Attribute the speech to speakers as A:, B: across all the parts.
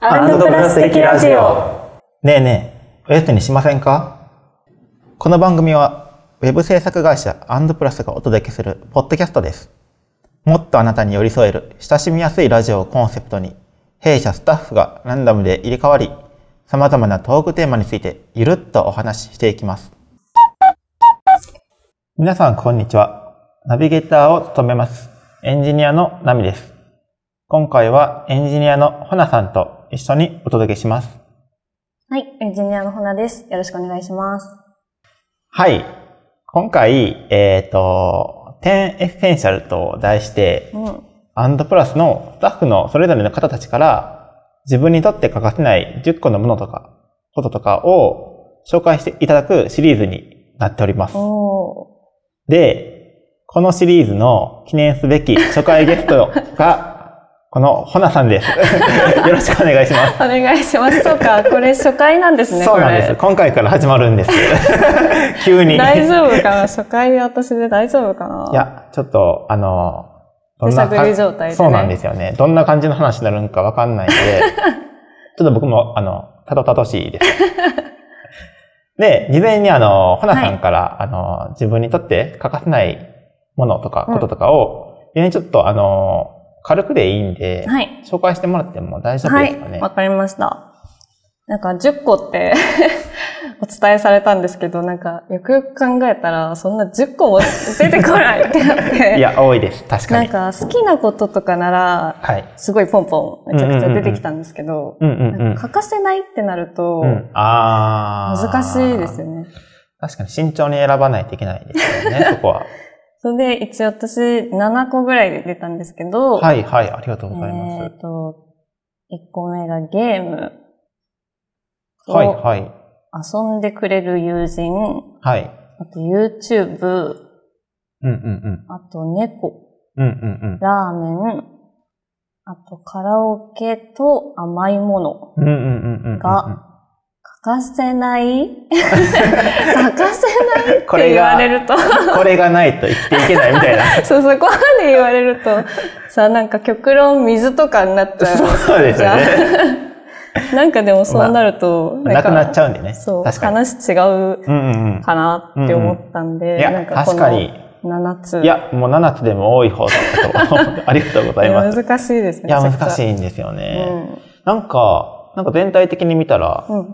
A: アンドプラス的ラジオ。
B: ねえねえ、おやつにしませんかこの番組は、ウェブ制作会社アンドプラスがお届けするポッドキャストです。もっとあなたに寄り添える親しみやすいラジオをコンセプトに、弊社スタッフがランダムで入れ替わり、様々なトークテーマについてゆるっとお話ししていきます。皆さん、こんにちは。ナビゲーターを務めます。エンジニアのナミです。今回はエンジニアのほなさんと一緒にお届けします。
A: はい、エンジニアのほなです。よろしくお願いします。
B: はい。今回、えっ、と、10エッセンシャルと題して、
A: うん。
B: アンドプラスのスタッフのそれぞれの方たちから、自分にとって欠かせない10個のものとか、こととかを紹介していただくシリーズになっております。
A: お
B: で、このシリーズの記念すべき初回ゲストが、 このほなさんです。 よろしくお願いします。
A: ー。お願いします。そう か、これ初回なんですね、
B: そうなんです。
A: こ
B: 今回から始まる んです。急に。、
A: れ。大丈夫かな初回私で大丈夫かない
B: や、ちょっと、あの、
A: 手探り状態でね
B: そうなんですよね。どんな感じの話になるのかわかんないんで、 ちょっと僕も、あの、たどたどしいです。で、事前にあの、ほなさんから、あの、自分にとって欠かせないものとか、
A: うん
B: こととかを、事前にちょっとあの、軽くでいいんで、
A: はい。
B: 紹介してもらっても大丈夫
A: は
B: ですかね。
A: い、わかりました。なんか10個って お伝えされたんですけど、なんかよくよく考えたら、そんな10個も出てこないってなって。
B: い、や、多いです。確か
A: なん
B: に。
A: か好きなこととかなら、
B: はい。
A: すごいポンポンめちゃくちゃ出てきたんですけど、
B: うんうん
A: な
B: うんん
A: か。欠かせないってなると、
B: うん、ああ。
A: 難しいですよね。
B: 確かに慎重に選ばないといけないです よね、そこは。
A: それで、一応私、7個ぐらい出たんですけど、
B: はいはい、ありがとうございます。
A: えっ、と、1個目がゲームを、
B: はいはい。
A: 遊んでくれる友人、
B: はい。
A: あと YouTube、
B: うんうん
A: あと猫、
B: うん。うんうん
A: ラーメン、あとカラオケと甘いもの。
B: うん。うんうんうんうんうん。
A: が欠かせない 欠かせないって
B: これ
A: 言わ
B: が
A: れると。
B: これがないと生きていけないみたい な。
A: そう、そこまで言われると、さ、なんか極論水とかになっちゃう。
B: そうですよね。
A: なんかでもそうなると、
B: なくなっち
A: ゃ
B: ゃうんでね。
A: そう、
B: 確かに。
A: 話違う
B: うんうん
A: かなって思ったんで、
B: うん。い
A: な
B: や、
A: んかこ
B: 確かに
A: の。7つ。
B: いや、もう7つでも多い方だと思う。 ありがとうござ
A: い
B: い
A: や、
B: ます。
A: 難しいです
B: い
A: ね。
B: や、難し
A: い。
B: いんですよ
A: う
B: ね。
A: ん。
B: なんか、なんか全体的に見たら、
A: うん。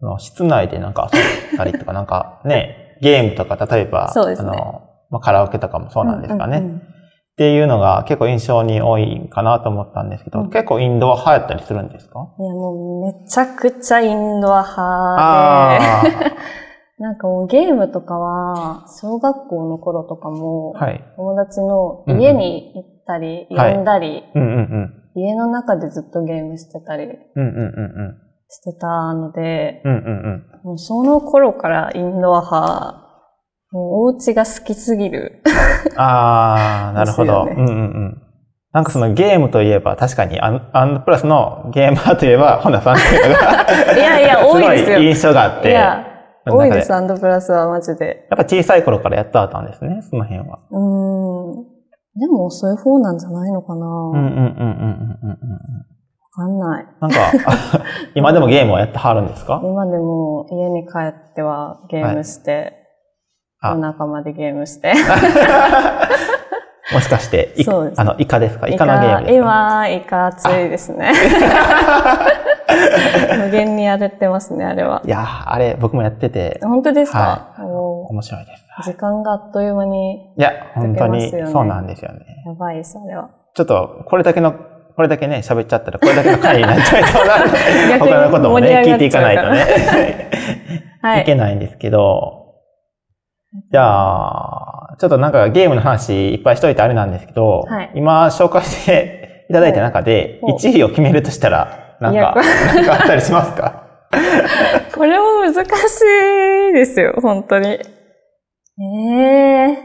B: その室内でなんか遊んだりとか、なんかね、ゲームとか、例えば、
A: そうですね
B: あの、まあ、カラオケとかもそうなんですかね、
A: うん
B: っ。ていうのが結構印象に多いかなと思ったんですけど、
A: うん
B: 結構インドは流行ったりするんですか
A: うんいや、もうめちゃくちゃインドア派
B: あ
A: で、なんかもうゲームとかは、小学校の頃とかも、
B: あ、はい。
A: 友達の家に行ったり、
B: うんはい
A: 呼んだり、
B: うんうんうん。
A: 家の中でずっとゲームしてたり
B: うんうんうん
A: してたので、
B: うん。うんうんうん。
A: もうその頃からインドア派、もうお家が好きすぎる。
B: ああ、なるほど。
A: です
B: う
A: よ
B: んうんうん。なんかそのゲームといえば、確かにアン、アンドプラスのゲーマーといえば、ホナさんっていうのが、
A: い やいや、多いです
B: すごい
A: よ。
B: 印象があって、
A: いや、
B: の
A: 多
B: 中
A: いです、アンドプラスはマジで。
B: やっぱ小さい頃からやってあったんですね、その辺は。
A: うーん。でも遅い方なんじゃないのかなわ、
B: うんうんうんうんうんうんうん。
A: かんない。
B: なん か、今でもゲームをやってはるんですか
A: 今でも家に帰ってはゲームして、
B: はいあ
A: 夜中までゲームして。
B: もしかして、い
A: そうです
B: あの、イカですかイカのゲームですか
A: 今、イカ熱いです ね。無限にやれてますね、あれは。
B: いやー、あれ、僕もやってて、
A: 本当ですか、
B: は
A: おー
B: 面白いです。
A: 時間があっという間に
B: いや、本当
A: やってま
B: に、
A: すよね
B: そうなんですよね。
A: やばいです、あれは。
B: ちょっと、これだけの、これだけね、喋っちゃったら、これだけの回になっちゃいそ うなんで
A: 逆に
B: 他のことも
A: 盛
B: ね、
A: り上がっちゃうから
B: 聞いていかないと ね、
A: はい
B: け
A: い。
B: ないんですけど、じゃあ、ちょっとなんかゲームの話いっぱいしといてあれなんですけど、
A: はい
B: 今紹介していただいた中で、
A: ほう
B: 1位を決めるとしたら、なん
A: いや
B: か、
A: こ
B: なんかあったりしま すか
A: これも難しいですよ、本当に。えー。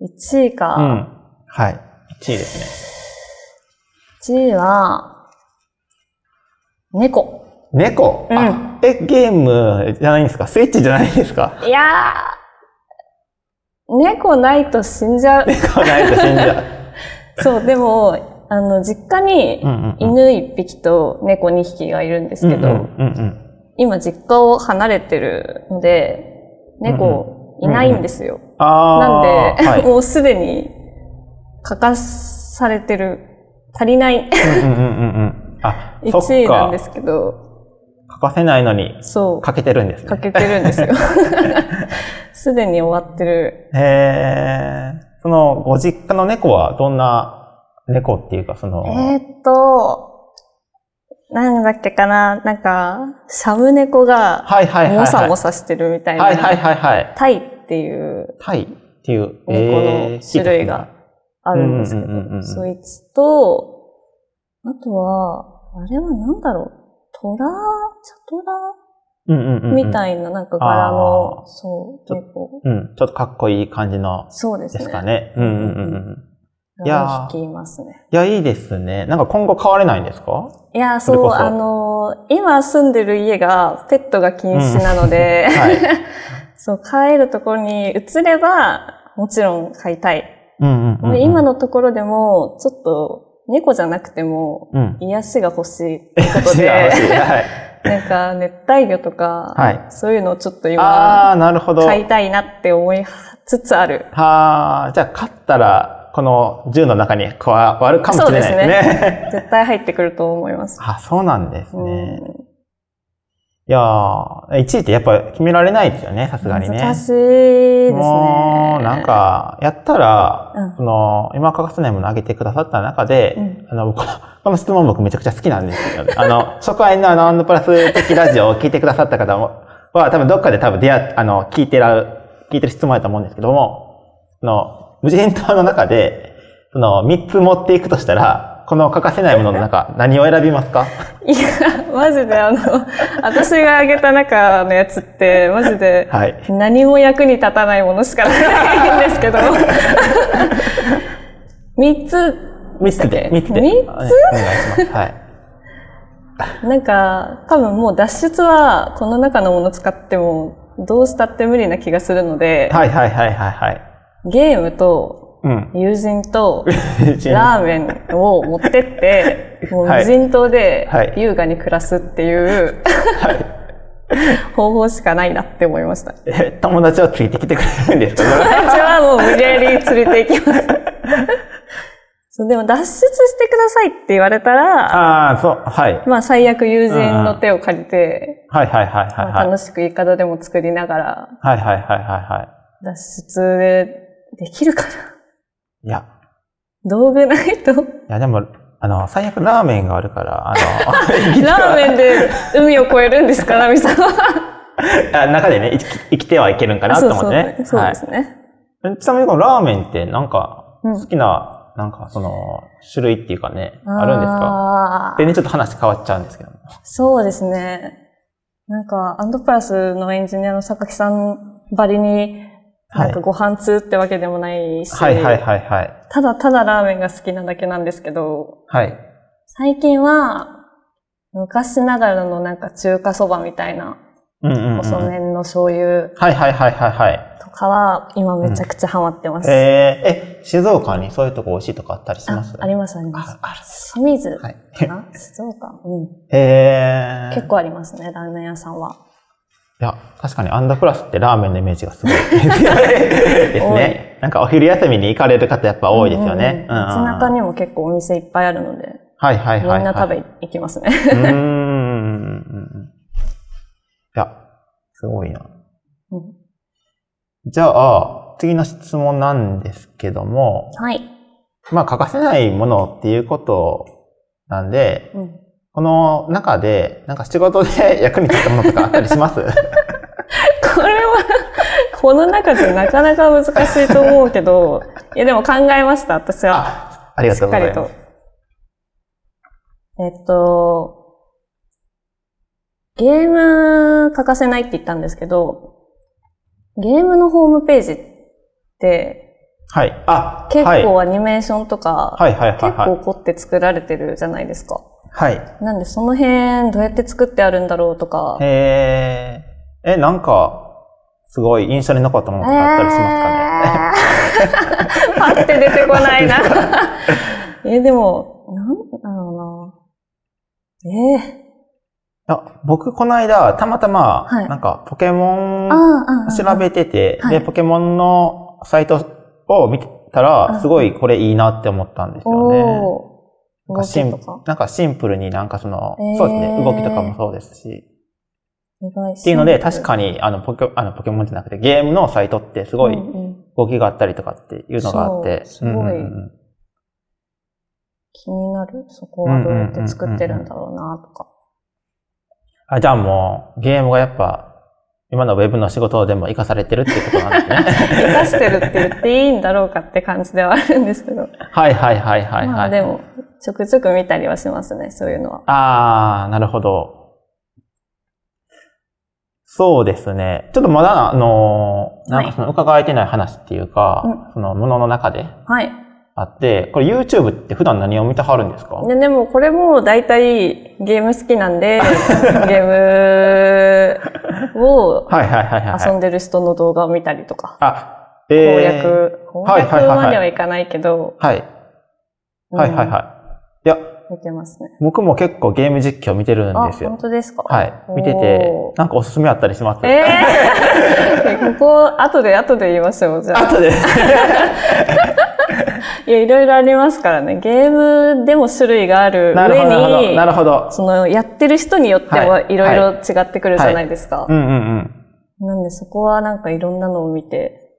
A: 1位
B: う
A: か。
B: ん。はい。1位です
A: 一1位は、猫。
B: ね。猫、
A: うん
B: あえ、ゲームじゃないんですかスイッチじゃないんで すか
A: いやー、猫ないと死んじゃう。
B: 猫ないと死んじゃう。
A: そう、でも、あの、実家に
B: うんうんうん
A: 犬1匹と猫2匹がいるんですけど、
B: うんうんうん。
A: 今実家を離れてるので、猫いないんですよ。なんで、
B: ああ。はい。
A: もうすでに欠かされてる、足りない
B: うんうんうんうん。 あ、
A: 1
B: そっ
A: 位なん
B: か
A: で。すけど、
B: 欠かせないのに、
A: そう、
B: 欠けてるんですね。
A: 欠けてるんです よ。すでに終わってる。
B: へえ。その、ご実家の猫はどんな猫っていうか、その、
A: えー、っと、なんだっけかな、なんか、シャム猫が、
B: はいはいはい、はい。
A: もさも
B: さ。
A: さしてるみたいな、
B: はいはいはいはい。
A: タイっていう
B: タイっていう、
A: 猫の種類があるんですけど、
B: うんうんうんうんうん
A: そいつと、あとは、あれはなんだろう、トラ、チャトラ
B: うんうんうんうん。
A: みた
B: い。
A: いな、なんか柄の、
B: あー
A: そう、
B: ちょ
A: 猫。
B: うん。ちょっとかっこいい感じの
A: そうです
B: で
A: ね。
B: すかね。うんうんうん
A: う
B: うん。いや
A: が
B: ー
A: 引きますね。
B: いや、いいですね。なんか今後買われないんですか
A: いやー、
B: それ
A: そう、
B: こそ
A: あのー今住んでる家がペットが禁止なの で、
B: はい。
A: そう、帰るところに移れば、もちろん飼いたい。
B: うんうんうんうん。
A: 今。のところでも、ちょっと、猫じゃなくても、
B: うん。
A: 癒しが欲しいってこ
B: 欲
A: と
B: しい
A: で
B: 欲、しいはい。
A: なんか熱帯魚とか、
B: はい
A: そういうのをちょっと今、
B: あー、なるほど。
A: 飼いたいなって思いつつある。
B: はあ、じゃあ買ったら、この銃の中に加わるかもしれないですね。
A: 絶対入ってくると思います。
B: あ、そうなんですね。
A: うん
B: いやー、1位ってやっぱ決められないですよね、さすがにね。
A: 難しいですね。
B: もう、なん、か、やったら、
A: うん
B: その、今欠かせないものを挙げてくださった中で、
A: うん
B: あの、僕 は、この質問僕めちゃくちゃ好きなんですよ。あの、 初回のあの、アンドプラス的ラジオを聞いてくださった方もは、多分どっかで多分出会っ、あの、聞いてら、聞いてる質問だと思うんですけども、その、無人島の中で、その、3つ持っていくとしたら、この欠かせないものの 中、何を選びますか
A: いや、マジであの、私が挙げた中のやつって、マジで、
B: はい。
A: 何も役に立たないものしかないんです けど。三つ、
B: 3つで。3
A: 三つ
B: つで。お願いします。はい。
A: なんか、多分もう脱出は、この中のもの使っても、どうしたって無理な気がするので、
B: はいはいはいはいはい。
A: ゲームと、
B: うん。
A: 友人と、 ラーメンを持ってって、もう
B: はい
A: 無人島で
B: はい
A: 優雅に暮らすっていう、方法しかないなって思いました。
B: え、 友達はついてきてくれるんですか
A: 私はもう無理やり連れて行きます。そうでも脱出してくださいって言われたら、
B: ああ、そう、はい。はい
A: まあ最悪友人の手を借りて、
B: はいはいはい
A: まあ
B: はい。
A: 楽しくイカダでも作りながら
B: はいはいはいはいは
A: 脱出でできるかな。
B: い。いや、
A: 道具ないと。
B: いやでも、あの、最悪ラーメンがあるから、あ の、
A: ラーメンで海を越えるんですか、ナミさんは。
B: あ中でね、生き生きてはいけるんかなと思ってね。
A: そうそうそう
B: は
A: で
B: い
A: すね。
B: えちなみにこのラーメンってなんか、
A: うん
B: 好きな、なんかその、種類っていうかね、あるんですか
A: か
B: 全然ちょっと話変わっちゃうんですけ ど。
A: そうですね。なんか、アンドプラスのエンジニアの榊さんばりに、
B: はい
A: なんかご飯通ってわけでもないし、
B: はいはいはいはい。
A: ただただラーメンが好きなだけなんですけど、
B: はい。
A: 最近は、昔ながらのなんか中華そばみたいな、
B: うんうん、うん。
A: 細
B: はい
A: 麺の醤油
B: はいはいはいはい。
A: とかは、今めちゃくちゃハマってます。
B: えー、え、静岡にそういうとこ美味しいとこあったりします
A: ああります、あります。
B: あ
A: 清水
B: る。はい。
A: か な静岡、うん、
B: へえ。
A: 結。構ありますね、ラーメン屋さんは。
B: いや、確かにアンダークラスってラーメンのイメージが すごい。ですね。なんかお昼休みに行かれる方やっぱ多いですよね。
A: うんうんうん街中
B: に。
A: にも結構お店いっぱいあるので、
B: はいはい
A: みん
B: はい、はい。
A: な食べ行きますね。
B: うーん。いや、すごいな。
A: うん
B: じゃあ、次の質問なんですけども、
A: はい。
B: まあ欠かせないものっていうことなんで、
A: うん
B: この中で、なんか仕事で 役に立ったものとかあったりします
A: これは、 この中でなかなか難しいと思うけど、いやでも考えました、私は。
B: あ、ありが
A: し
B: とう
A: っ
B: ご
A: か
B: ざい
A: り
B: ます
A: と。。えっと、ゲーム欠かせないって言ったんですけど、ゲームのホームページって
B: はい。あ、
A: 結
B: はい
A: 構アニメーションとか、
B: はいはいはい
A: 結構
B: は
A: 凝って作られてるじゃないですか。
B: い。はい。
A: なんでその辺どうやって作ってあるんだろうとか。
B: えー、え、なんか、すごい印象に残ったものとかあったりしますかね。
A: えーパッて出てこないな。え、でも、なんだろうな。え
B: あ僕、この間、たまたま、
A: はい
B: なんか、ポケ
A: え
B: モン
A: ああ、ああ。
B: 調べてて、
A: はい
B: で、ポケモンのサイトを見たら
A: う、ん
B: すごいこれいいなって思ったんですよね。
A: おー。
B: なんかシン
A: 動きとか
B: なんかシンプルになんかその、
A: えー
B: そうですね、動きとかもそうですし。
A: 意外
B: っていうので、確かに、あの、ポケ、あの、ポケモンじゃなくて、ゲームのサイトってすごい
A: うんうん
B: 動きがあったりとかっていうのがあっ
A: そ
B: て。
A: うすごい
B: うんうんうん
A: 気になる。そこはどうやって作ってるんだろうな、と か。
B: あ、じゃあもう、ゲームがやっぱ、今のウェブの仕事でも活かされてるっていうことなんです ね。
A: 生かしてるって言っていいんだろうかって感じではあるんですけど。
B: はいはいはいはいはい。
A: まあでも、ちょくちょく見たりはしますね、そういうのは。
B: ああ、なるほど。そうですね。ちょっとまだ、あのー、なんかその伺えてない話っていうか、
A: う
B: そのものの中で
A: はい。
B: あって、これ YouTube って普段何を見てはるんですか
A: ででもこれも大体ゲーム好きなん で、ゲームを
B: はいはいはいはい
A: 遊
B: はい。
A: んでる人の動画を見たりとか、
B: あ、
A: 攻
B: えー
A: 略、攻
B: はい
A: 略
B: はいはいはい
A: まではいかないけど、
B: はい。はいはい
A: い。
B: はい。いや、
A: 見てますね。
B: 僕も結構ゲーム実況見てるん
A: あ、
B: です
A: 本
B: よ。
A: 当ですか
B: はい。見てて
A: お、ー
B: なんかおすすめあったりします
A: えー、 ここ、後で後で言いましょう、じゃあ。
B: 後で。
A: いや、いろいろありますからね。ゲームでも種類がある
B: なる
A: 上
B: ほど、なるほど。
A: に、
B: なるほど。
A: その、やってる人によって
B: は
A: はいいろいろ違ってくるじゃないですか。
B: うんうんうん。
A: なんでそこはなんかいろんなのを見て、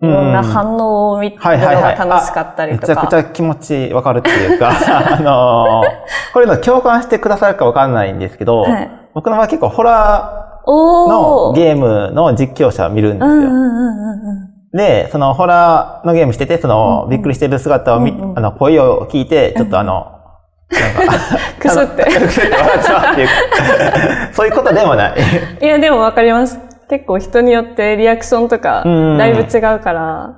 B: う
A: い
B: ん
A: ろんな反応を見るの
B: はいはいは
A: が
B: い
A: 楽しかったり
B: め
A: と
B: ちゃくち
A: か。
B: ゃ気持ちわかるっていう か、あのーこれの共感してくださるかわかんないんですけど、
A: はい
B: 僕の場合結構ホラー
A: お
B: の
A: ー
B: ゲームの実況者を見るんです
A: うんう
B: よ。
A: んうんうんうん。
B: で、そのホラーのゲームしてて、そ
A: うん
B: の、
A: うん
B: びっくりしてる姿を見、
A: うんうん
B: あの、声を聞いて、ちょっとあの、
A: くすって。
B: くすって笑ってしまうって いう、そういうことでもない。
A: いや、でもわかります。結構人によってリアクションとか、
B: うん
A: だいぶ違うから、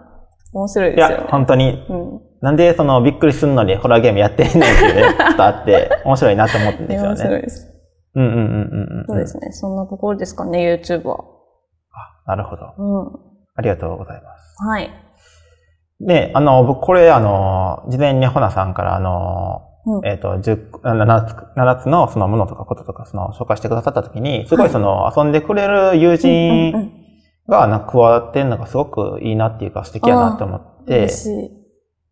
A: 面白い
B: い
A: ですよ
B: や、
A: ね。
B: 本当に、
A: うん。
B: なんでその、びっくりするのにホラーゲームやってんねんっていう ね、ちょっとあって、面白いなと思ったんですよ
A: 面白
B: ね。
A: いです。
B: うんうんうんうんうん。
A: そうですね。そんなところですかね、YouTube は。
B: なるほど。
A: うん。
B: ありがとうございます。
A: はい。
B: で、あの、僕、これ、あの、事前にホナさんから、あの、
A: うん
B: えっ、と、10個、7つ、7つのそのものとかこととか、その、紹介してくださったときに、すごいその、遊んでくれる
A: うん
B: 友
A: うんう
B: 人
A: ん
B: が、なんか加わってんのがすごくいいなっていうか、素敵やなと思って
A: 嬉、しい。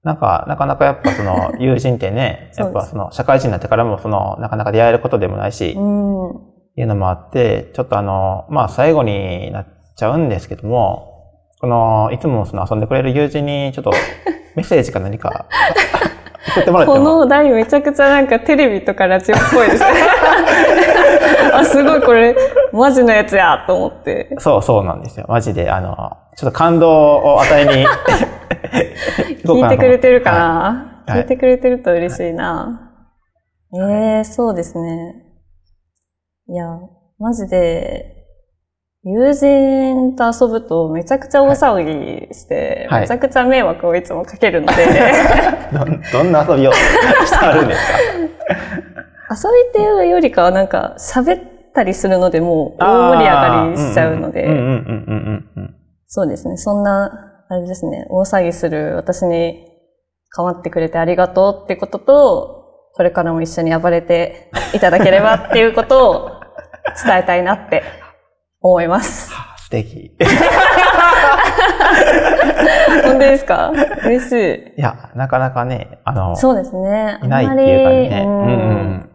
B: なんか、なかなかやっぱその、友人ってね、
A: そう
B: や
A: で
B: っ
A: す
B: ぱその、社会人になってからも、その、なかなか出会えることでもないし、
A: うん。
B: っていうのもあって、ちょっとあの、まあ最後になっちゃうんですけども、この、いつもその遊んでくれる友人に ちょっとメッセージか何か送ってもらって
A: こ
B: も。
A: の台めちゃくちゃなんかテレビとかラジオっぽいですね。あ、すごいこれ、マジのやつやと思って。
B: そうそうなんですよ。マジで、あの、ちょっと感動を与えに行こ
A: 聞
B: うか
A: い
B: なと思って
A: くれてるかな、
B: はい
A: 聞いてくれてると嬉しいな。ええー、そうですね。いや、マジで、友人と遊ぶとめちゃくちゃ大騒ぎして、
B: はい
A: めちゃくちゃ迷惑をいつもかけるので、
B: はいどんどんな遊びをしてあるんです
A: 遊びっていうよりかはなんか喋ったりするのでもう
B: か
A: 大盛り上がりしちゃうので、
B: あーうんうんうんうんうんうんうん。
A: そうですね。そんな、あれですね、大騒ぎする私に構ってくれてありがとうってことと、これからも一緒に暴れていただければっていうことを伝えたいなって思い ます。
B: あ素敵。い
A: 本当ですか嬉しい。
B: や、なかなかね、あの、
A: そうですね。
B: いないっていうかね。
A: あ
B: うんん
A: まり
B: うんうん。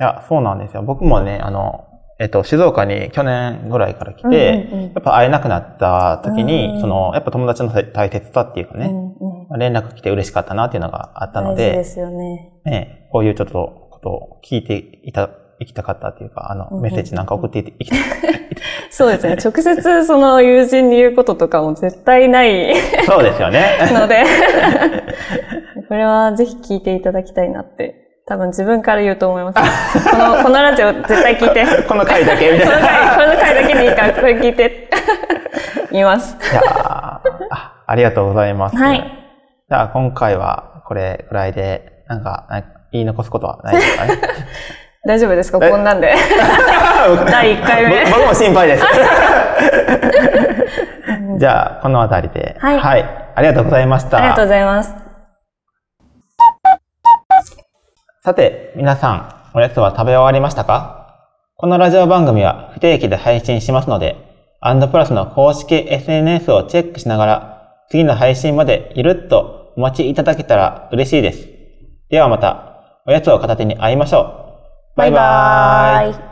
B: いや、そうなんですよ。僕もね、あの、えっと、静岡に去年ぐらいから来て、
A: うんうんうん
B: やっぱ会えなくなった時
A: う
B: に、
A: ん
B: その、やっぱ友達の大切さっていうか
A: う
B: ね、
A: んうん
B: 連絡来て嬉しかったなっていうのがあったの
A: 大事で
B: で、
A: すよね。
B: ね、こういうちょっとことを聞いていた、いきたかったっていうか、あ
A: うんう
B: の、
A: ん
B: メッセージなんか送っていきた
A: そうですね。直接その友人に言うこととかも絶対ない
B: そうですよね。
A: ので、これはぜひ聞いていただきたいなって。多分自分から言うと思います。この、このラジオ絶対聞いて。
B: この回だけみた
A: こ
B: い
A: の
B: な。い
A: 回、この回だけでいいから、これ聞いて。言います。
B: やーあ、ありがとうございます。
A: はい
B: じゃあ、今回はこれくらいで、なんか、なんか言い残すことはないですかね。
A: 大丈夫ですか
B: え
A: こんなんで。 第1回目
B: ぼ。僕も心 配です。じゃあ、この辺りで、
A: はい
B: ありがとうございました。
A: ありがとうございます。
B: さて、皆さん、おやつは食べ終わりましたかこのラジオ番組は不定期で配信しますので、アンドプラスの公式 SNS をチェックしながら、次の配信までゆるっとお待ちいただけたら嬉しいです。ではまた、おやつを片手に会いましょう。バイバーイ
A: イ